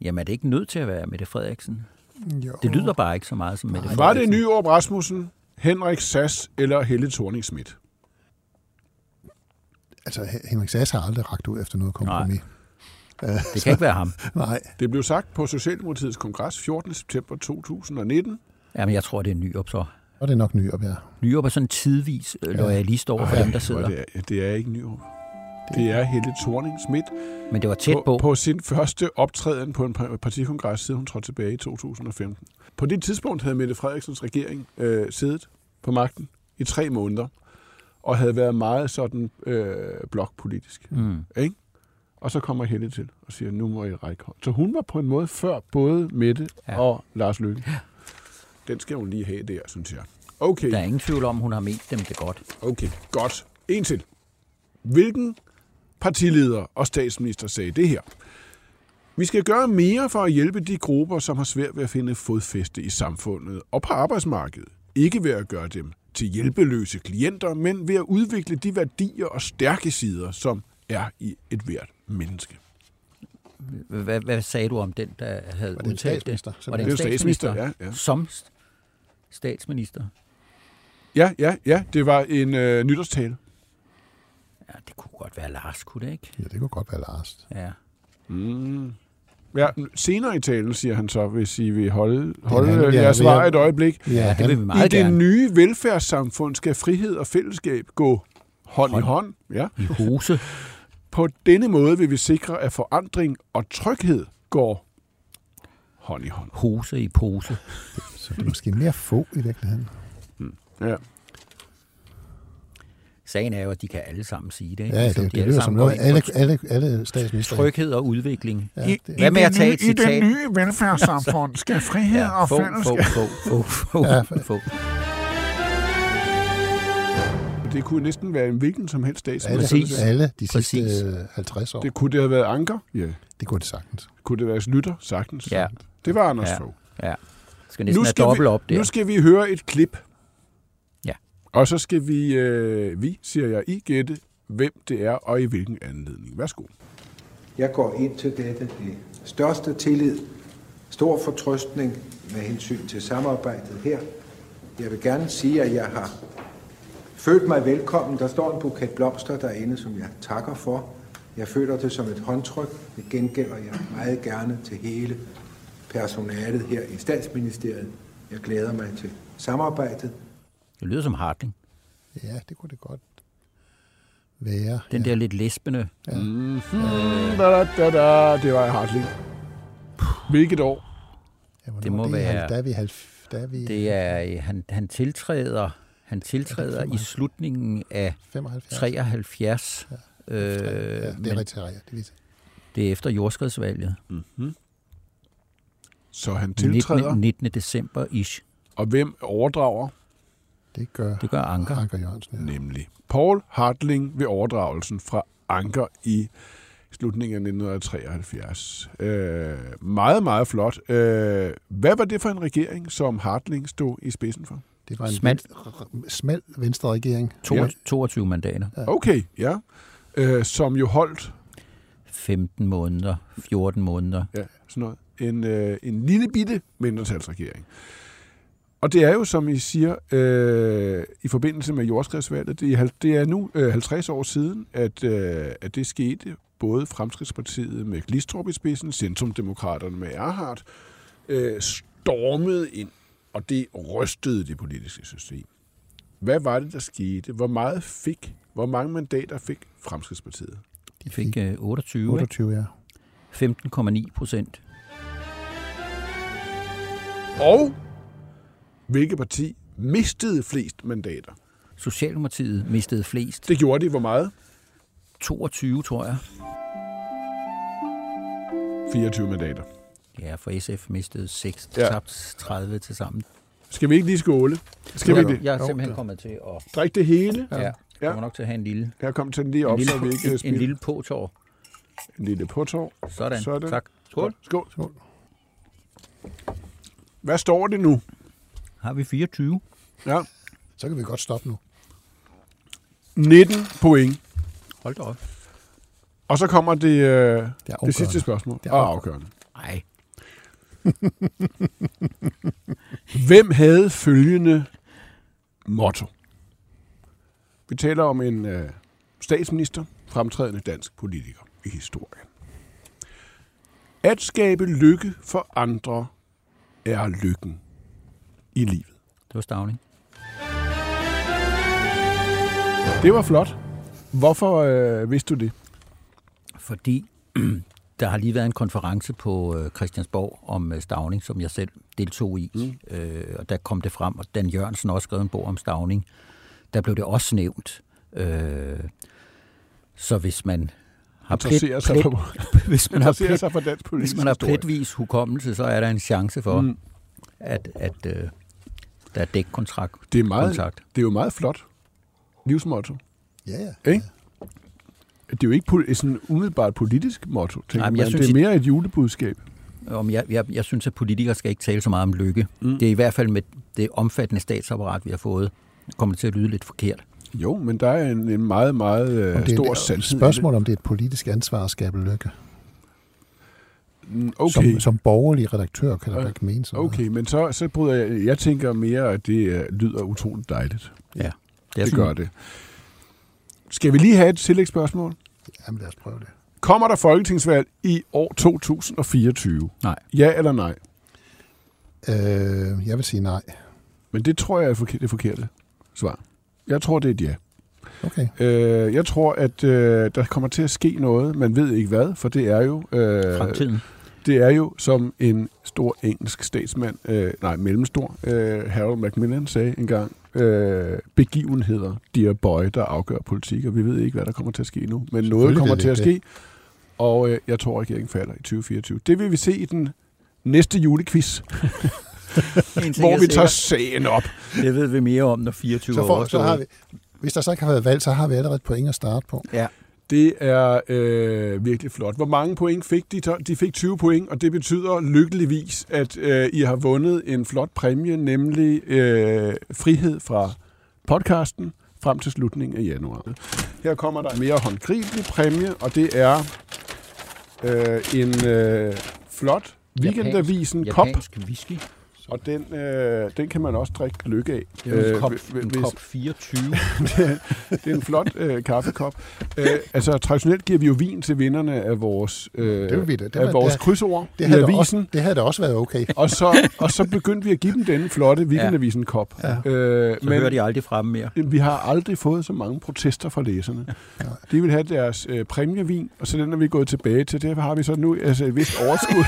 Speaker 2: Jamen, er det ikke nødt til at være Mette Frederiksen?
Speaker 3: Jo.
Speaker 2: Det lyder bare ikke så meget som Mette
Speaker 1: Var det
Speaker 2: Frederiksen.
Speaker 1: Nyrup Rasmussen, Henrik Sass eller Helle thorning -Smith?
Speaker 3: Altså, Henrik Sass har aldrig ragt ud efter noget kompromis.
Speaker 2: Det kan ikke være ham.
Speaker 3: Nej. Nej.
Speaker 1: Det blev sagt på Socialdemokratiets kongres 14. september 2019.
Speaker 2: Jamen, jeg tror, det er Nyrup så.
Speaker 3: Og det er nok ny op her.
Speaker 2: Nyrup er sådan tidvis øh, loyalist over for dem, der
Speaker 1: Hvor
Speaker 2: sidder.
Speaker 1: Det er, det er ikke Nyrup. Det er Helle thorning -Smith
Speaker 2: Men det var tæt
Speaker 1: på,
Speaker 2: på.
Speaker 1: på sin første optræden på en par- partikongres, siden hun trådte tilbage i 2015. På det tidspunkt havde Mette Frederiksens regering øh, siddet på magten i tre måneder, og havde været meget sådan øh, blokpolitisk. Mm. Ikke? Og så kommer Helle til og siger, nu må I række hånd. Så hun var på en måde før både Mette ja.
Speaker 2: Ja.
Speaker 1: og Lars Løkke. Ja. Den skal hun lige have der, synes jeg. Okay.
Speaker 2: Der er ingen tvivl om, hun har ment dem det godt.
Speaker 1: Okay, godt. En til. Hvilken partileder og statsminister sagde det her? Vi skal gøre mere for at hjælpe de grupper, som har svært ved at finde fodfæste i samfundet og på arbejdsmarkedet. Ikke ved at gøre dem til hjælpeløse klienter, men ved at udvikle de værdier og stærke sider, som er i et hvert menneske.
Speaker 2: Hvad, hvad sagde du om den, der havde
Speaker 3: Var det en
Speaker 2: udtalt det?
Speaker 3: statsminister?
Speaker 2: Var det
Speaker 1: Det
Speaker 2: en
Speaker 1: er jo statsminister,
Speaker 2: statsminister?
Speaker 1: ja, ja.
Speaker 2: Som st- statsminister?
Speaker 1: Ja, ja, ja, det var en øh, nytårstale.
Speaker 2: Ja, det kunne godt være Lars, kunne det ikke?
Speaker 3: Ja, det kunne godt være Lars.
Speaker 2: Ja.
Speaker 1: Ja, senere i talen siger han så, hvis I vil holde,
Speaker 3: han,
Speaker 1: holde øh,
Speaker 3: ja,
Speaker 1: jeres
Speaker 3: vil
Speaker 1: svar
Speaker 3: jeg-
Speaker 1: et øjeblik.
Speaker 3: Ja,
Speaker 2: Det vil vi meget
Speaker 1: I det
Speaker 2: gerne.
Speaker 1: nye velfærdssamfund skal frihed og fællesskab gå hånd, i hånd. Ja.
Speaker 2: I huse.
Speaker 1: På denne måde vil vi sikre, at forandring og tryghed går hånd i hånd.
Speaker 2: Hose i pose.
Speaker 3: Så det er måske mere få i virkeligheden.
Speaker 1: Ja.
Speaker 2: Sagen er jo, at de kan alle sammen sige det. Ikke?
Speaker 3: Ja, det,
Speaker 2: Ligesom
Speaker 3: det,
Speaker 2: de
Speaker 3: det
Speaker 2: alle
Speaker 3: lyder som
Speaker 2: sammen
Speaker 3: noget.
Speaker 2: går ind
Speaker 3: Alle,
Speaker 2: for
Speaker 3: alle, alle statsminister.
Speaker 2: Tryghed og udvikling.
Speaker 3: Ja,
Speaker 2: I,
Speaker 3: det-
Speaker 2: Hvad med at tage et citat?
Speaker 1: velfærdssamfund skal frihed
Speaker 2: få, få, få, få, få, få.
Speaker 1: Det kunne næsten være en hvilken som helst stat.
Speaker 3: Alle,
Speaker 2: Præcis.
Speaker 3: alle de sidste
Speaker 2: Præcis.
Speaker 3: øh, 50 år. Det,
Speaker 1: Det kunne det have været Anker? Ja.
Speaker 3: det kunne det sagtens.
Speaker 1: Kunne det være Slytter? Sagtens.
Speaker 2: Ja.
Speaker 1: Det var Anders
Speaker 2: Ja,
Speaker 1: Fogh.
Speaker 2: ja. Skal næsten have dobbelt op
Speaker 1: vi,
Speaker 2: der.
Speaker 1: nu skal vi høre et klip.
Speaker 2: Ja.
Speaker 1: Og så skal vi, øh, vi siger jeg, I gætte, hvem det er og i hvilken anledning. Værsgo.
Speaker 9: Jeg går ind til dette i største tillid, stor fortrøstning med hensyn til samarbejdet her. Jeg vil gerne sige, at jeg har følt mig velkommen. Der står en buket blomster derinde, som jeg takker for. Jeg føler det som et håndtryk. Det gengælder jeg meget gerne til hele personalet her i statsministeriet. Jeg glæder mig til samarbejdet.
Speaker 2: Det lyder som Hartling.
Speaker 3: Ja, det kunne det godt være.
Speaker 2: Den der lidt lesbende.
Speaker 1: Da, da, da, det var Hartling. Hvilket år?
Speaker 3: Ja,
Speaker 2: det må
Speaker 3: er i halv-
Speaker 2: være-
Speaker 3: Der er vi, halv, der er vi
Speaker 2: Det er, øh, han, han tiltræder, han tiltræder i slutningen af
Speaker 3: 75.
Speaker 2: 73. Øh,
Speaker 3: ja, det er
Speaker 2: men
Speaker 3: rigtigt, ja, det er rigtigt.
Speaker 2: det er efter jordskredsvalget.
Speaker 1: Så han tiltræder.
Speaker 2: 19, 19. december ish.
Speaker 1: Og hvem overdrager?
Speaker 3: Det gør,
Speaker 2: Det gør Anker.
Speaker 3: Anker Jørgensen. Ja.
Speaker 1: Nemlig Paul Hartling ved overdragelsen fra Anker i slutningen af 1973. Øh, meget, meget flot. Øh, hvad var det for en regering, som Hartling stod i spidsen for?
Speaker 3: Det var en
Speaker 2: Smal.
Speaker 3: ven- smal venstre regering.
Speaker 2: To,
Speaker 1: Ja.
Speaker 2: 22 mandater.
Speaker 1: Okay, ja. Øh, som jo holdt
Speaker 2: 15 måneder. 14 måneder.
Speaker 1: Ja, sådan noget. En, øh, en lille bitte mindretalsregering. Og det er jo, som I siger, øh, i forbindelse med jordskredsvalget, det er, hal- det er nu øh, 50 år siden, at, øh, at det skete. Både Fremskridspartiet med Glistrup i spidsen, Centrumdemokraterne med Erhardt, øh, stormede ind, og det rystede det politiske system. Hvad var det, der skete? Hvor meget fik, hvor mange mandater fik Fremskridspartiet?
Speaker 2: De fik øh, 28, ikke?
Speaker 3: 28 ja.
Speaker 2: 15,9 procent.
Speaker 1: Og hvilket parti mistede flest mandater?
Speaker 2: Socialdemokratiet mistede flest.
Speaker 1: Det gjorde de hvor meget?
Speaker 2: 22, tror jeg.
Speaker 1: 24 mandater.
Speaker 2: Ja, for SF mistede 6,
Speaker 1: Ja.
Speaker 2: ja. tabt 30 til sammen.
Speaker 1: Skal vi ikke lige skåle? Skal vi ikke det?
Speaker 2: Jeg er simpelthen kommet til at...
Speaker 1: Drik det hele?
Speaker 2: Ja, jeg
Speaker 1: Ja.
Speaker 2: kommer nok til at have en lille,
Speaker 1: Her kom til den lige op,
Speaker 2: en lille,
Speaker 1: så vi ikke
Speaker 2: en,
Speaker 1: spiller
Speaker 2: en lille påtår.
Speaker 1: en lille påtår.
Speaker 2: Sådan.
Speaker 1: Sådan.
Speaker 2: Tak. Skål.
Speaker 1: Skål. Skål. Hvad står det nu?
Speaker 2: Har vi 24?
Speaker 1: Ja.
Speaker 3: Så kan vi godt stoppe nu.
Speaker 1: 19 point.
Speaker 2: Hold da op.
Speaker 1: Og så kommer det, øh, det,
Speaker 3: afgørende.
Speaker 1: det sidste spørgsmål. Det er afgørende.
Speaker 2: Nej.
Speaker 1: Hvem havde følgende motto? Vi taler om en øh, statsminister, fremtrædende dansk politiker i historien. At skabe lykke for andre er lykken i livet.
Speaker 2: Det var Stavning.
Speaker 1: Det var flot. Hvorfor øh, vidste du det?
Speaker 2: Fordi der har lige været en konference på øh, Christiansborg om øh, Stavning, som jeg selv deltog i. Mm. Øh, og der kom det frem, og Dan Jørgensen har også skrev en bog om Stavning. Der blev det også nævnt. Øh, så hvis man har
Speaker 1: Interesserer sig for-
Speaker 2: hvis man har
Speaker 1: Interesserer
Speaker 2: plet,
Speaker 1: sig for dansk politisk
Speaker 2: hvis man har
Speaker 1: historie.
Speaker 2: pletvis hukommelse, så er der en chance for, mm. at, at øh, der er dækkontrakt.
Speaker 1: Det er, meget,
Speaker 2: Kontakt.
Speaker 1: det er jo meget flot livsmotto.
Speaker 3: Ja, ja.
Speaker 1: Ikke? Det er jo ikke pol- et sådan umiddelbart politisk motto, tænker
Speaker 2: Nej,
Speaker 1: Nej,
Speaker 2: men
Speaker 1: men
Speaker 2: jeg
Speaker 1: man.
Speaker 2: synes,
Speaker 1: det er
Speaker 2: I-
Speaker 1: mere et julebudskab.
Speaker 2: Om jeg, jeg, jeg synes, at politikere skal ikke tale så meget om lykke. Mm. Det er i hvert fald med det omfattende statsapparat, vi har fået, kommer det til at lyde lidt forkert.
Speaker 1: Jo, men der er en, en meget, meget
Speaker 3: Om
Speaker 1: øh,
Speaker 3: det er
Speaker 1: stor
Speaker 3: et
Speaker 1: sandhed. i
Speaker 3: spørgsmål, om det er et politisk ansvar at skabe lykke.
Speaker 1: det. Mm, Okay,
Speaker 3: Som, som borgerlig redaktør kan der da ikke mene sådan noget.
Speaker 1: okay men så, så bryder jeg... Jeg tænker mere, at det øh, lyder utroligt dejligt.
Speaker 2: Ja, det, er
Speaker 1: Det, det
Speaker 2: sådan-
Speaker 1: gør det. Skal vi lige have et tillægsspørgsmål?
Speaker 3: Jamen lad os prøve det.
Speaker 1: Kommer der folketingsvalg i år 2024?
Speaker 2: Nej.
Speaker 1: Ja eller nej?
Speaker 3: Øh, jeg vil sige nej.
Speaker 1: Men det tror jeg er forke- det forkerte svar. Jeg tror, det er et ja.
Speaker 3: Okay.
Speaker 1: Øh, jeg tror, at øh, der kommer til at ske noget. Man ved ikke hvad, for det er jo... Øh,
Speaker 2: Fremtiden.
Speaker 1: det er jo, som en stor engelsk statsmand, øh, nej, mellemstor, øh, Harold Macmillan sagde engang, øh, begivenheder, de er bøje, der afgør politik, og vi ved ikke, hvad der kommer til at ske nu, men noget
Speaker 3: Selvfølgelig
Speaker 1: kommer
Speaker 3: ved
Speaker 1: til
Speaker 3: vi
Speaker 1: at
Speaker 3: ikke
Speaker 1: ske, og øh, jeg tror, regeringen falder i 2024. Det vil vi se i den næste julequiz,
Speaker 2: En ting er
Speaker 1: hvor vi tager
Speaker 2: sikker,
Speaker 1: sagen op.
Speaker 2: Det ved vi mere om, når 24
Speaker 3: Så,
Speaker 2: år
Speaker 3: for, så har vi, hvis der så ikke har været valg, så har vi allerede et point at starte på.
Speaker 2: Ja,
Speaker 1: Det er øh, virkelig flot. Hvor mange point fik de? De fik 20 point, og det betyder lykkeligvis, at øh, I har vundet en flot præmie, nemlig øh, frihed fra podcasten frem til slutningen af januar. Her kommer der en mere håndgribelig præmie, og det er øh, en øh, flot weekendavisen kop,
Speaker 2: japansk whisky.
Speaker 1: og den, øh, den kan man også drikke lykke af. Øh,
Speaker 2: Det er jo en kop,
Speaker 1: hvis-
Speaker 2: en
Speaker 1: hvis-
Speaker 2: kop 24.
Speaker 1: det er en flot øh, kaffekop. Øh, altså, traditionelt giver vi jo vin til vinderne af vores, øh,
Speaker 3: Det vil vi da. Det
Speaker 1: af
Speaker 3: var-
Speaker 1: vores
Speaker 3: det-
Speaker 1: krydsord
Speaker 3: Det
Speaker 1: i
Speaker 3: havde, da
Speaker 1: avisen.
Speaker 3: også, det havde da også været okay.
Speaker 1: Og så, og så begyndte vi at give dem denne flotte weekendavisen-kop. Ja. Øh,
Speaker 2: Så hører de aldrig frem mere.
Speaker 1: vi har aldrig fået så mange protester fra læserne. De vil have deres øh, præmievin, og så den er vi gået tilbage til. Derfor har vi så nu altså, et vist overskud.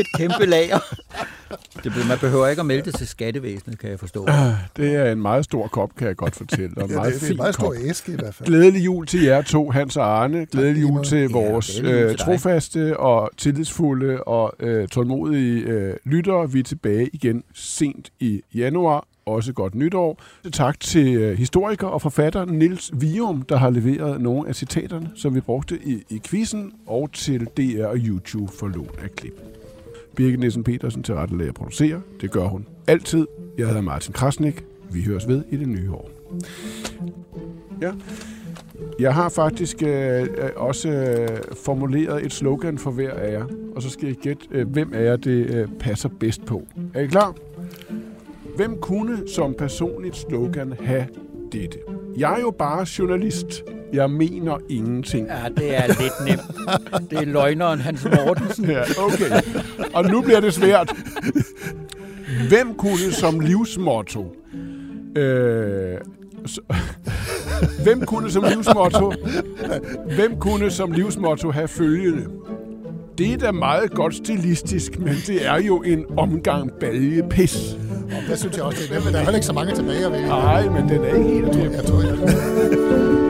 Speaker 2: Et kæmpe lager. Det, be- man behøver ikke at melde det til skattevæsenet, kan jeg forstå.
Speaker 1: Det er en meget stor kop, kan jeg godt fortælle. Og en
Speaker 3: Ja,
Speaker 1: meget
Speaker 3: det, det er
Speaker 1: fin
Speaker 3: en meget
Speaker 1: kop.
Speaker 3: stor æske i hvert fald.
Speaker 1: Glædelig jul til jer to, Hans og Arne. Glædelig
Speaker 3: lige
Speaker 1: jul
Speaker 3: måde.
Speaker 1: til
Speaker 2: Ja,
Speaker 1: vores
Speaker 2: glædelig
Speaker 1: øh,
Speaker 2: jul til dig.
Speaker 1: trofaste og tillidsfulde og øh, tålmodige øh, lyttere. Vi er tilbage igen sent i januar. Også godt nytår. Tak til øh, historiker og forfatter Nils Vium, der har leveret nogle af citaterne, som vi brugte i, i quizzen, og til DR og YouTube for lån af klip. Birgit Nielsen Petersen til rette og producerer. Det gør hun altid. Jeg hedder Martin Krasnik. Vi høres ved i det nye år. Ja. Jeg har faktisk øh, øh, også øh, formuleret et slogan for hver af jer, og så skal I gætte, øh, hvem af jer det øh, passer bedst på. Er I klar? Hvem kunne som personligt slogan have dette? Jeg er jo bare journalist. Jeg mener ingenting.
Speaker 2: Ja, det er lidt nemt. Det er løgneren Hans Mortensen.
Speaker 1: Ja, okay. Og nu bliver det svært. Hvem kunne som livsmotto... Øh, så, hvem kunne som livsmotto... Hvem kunne som livsmotto have følgende? Det er da meget godt stilistisk, men det er jo en omgang baljepis.
Speaker 3: Og der synes jeg også, det er nemt, men der er heller ikke så mange tilbage at vælge.
Speaker 1: Nej, men den er ikke helt nem.
Speaker 3: Jeg tror, jeg...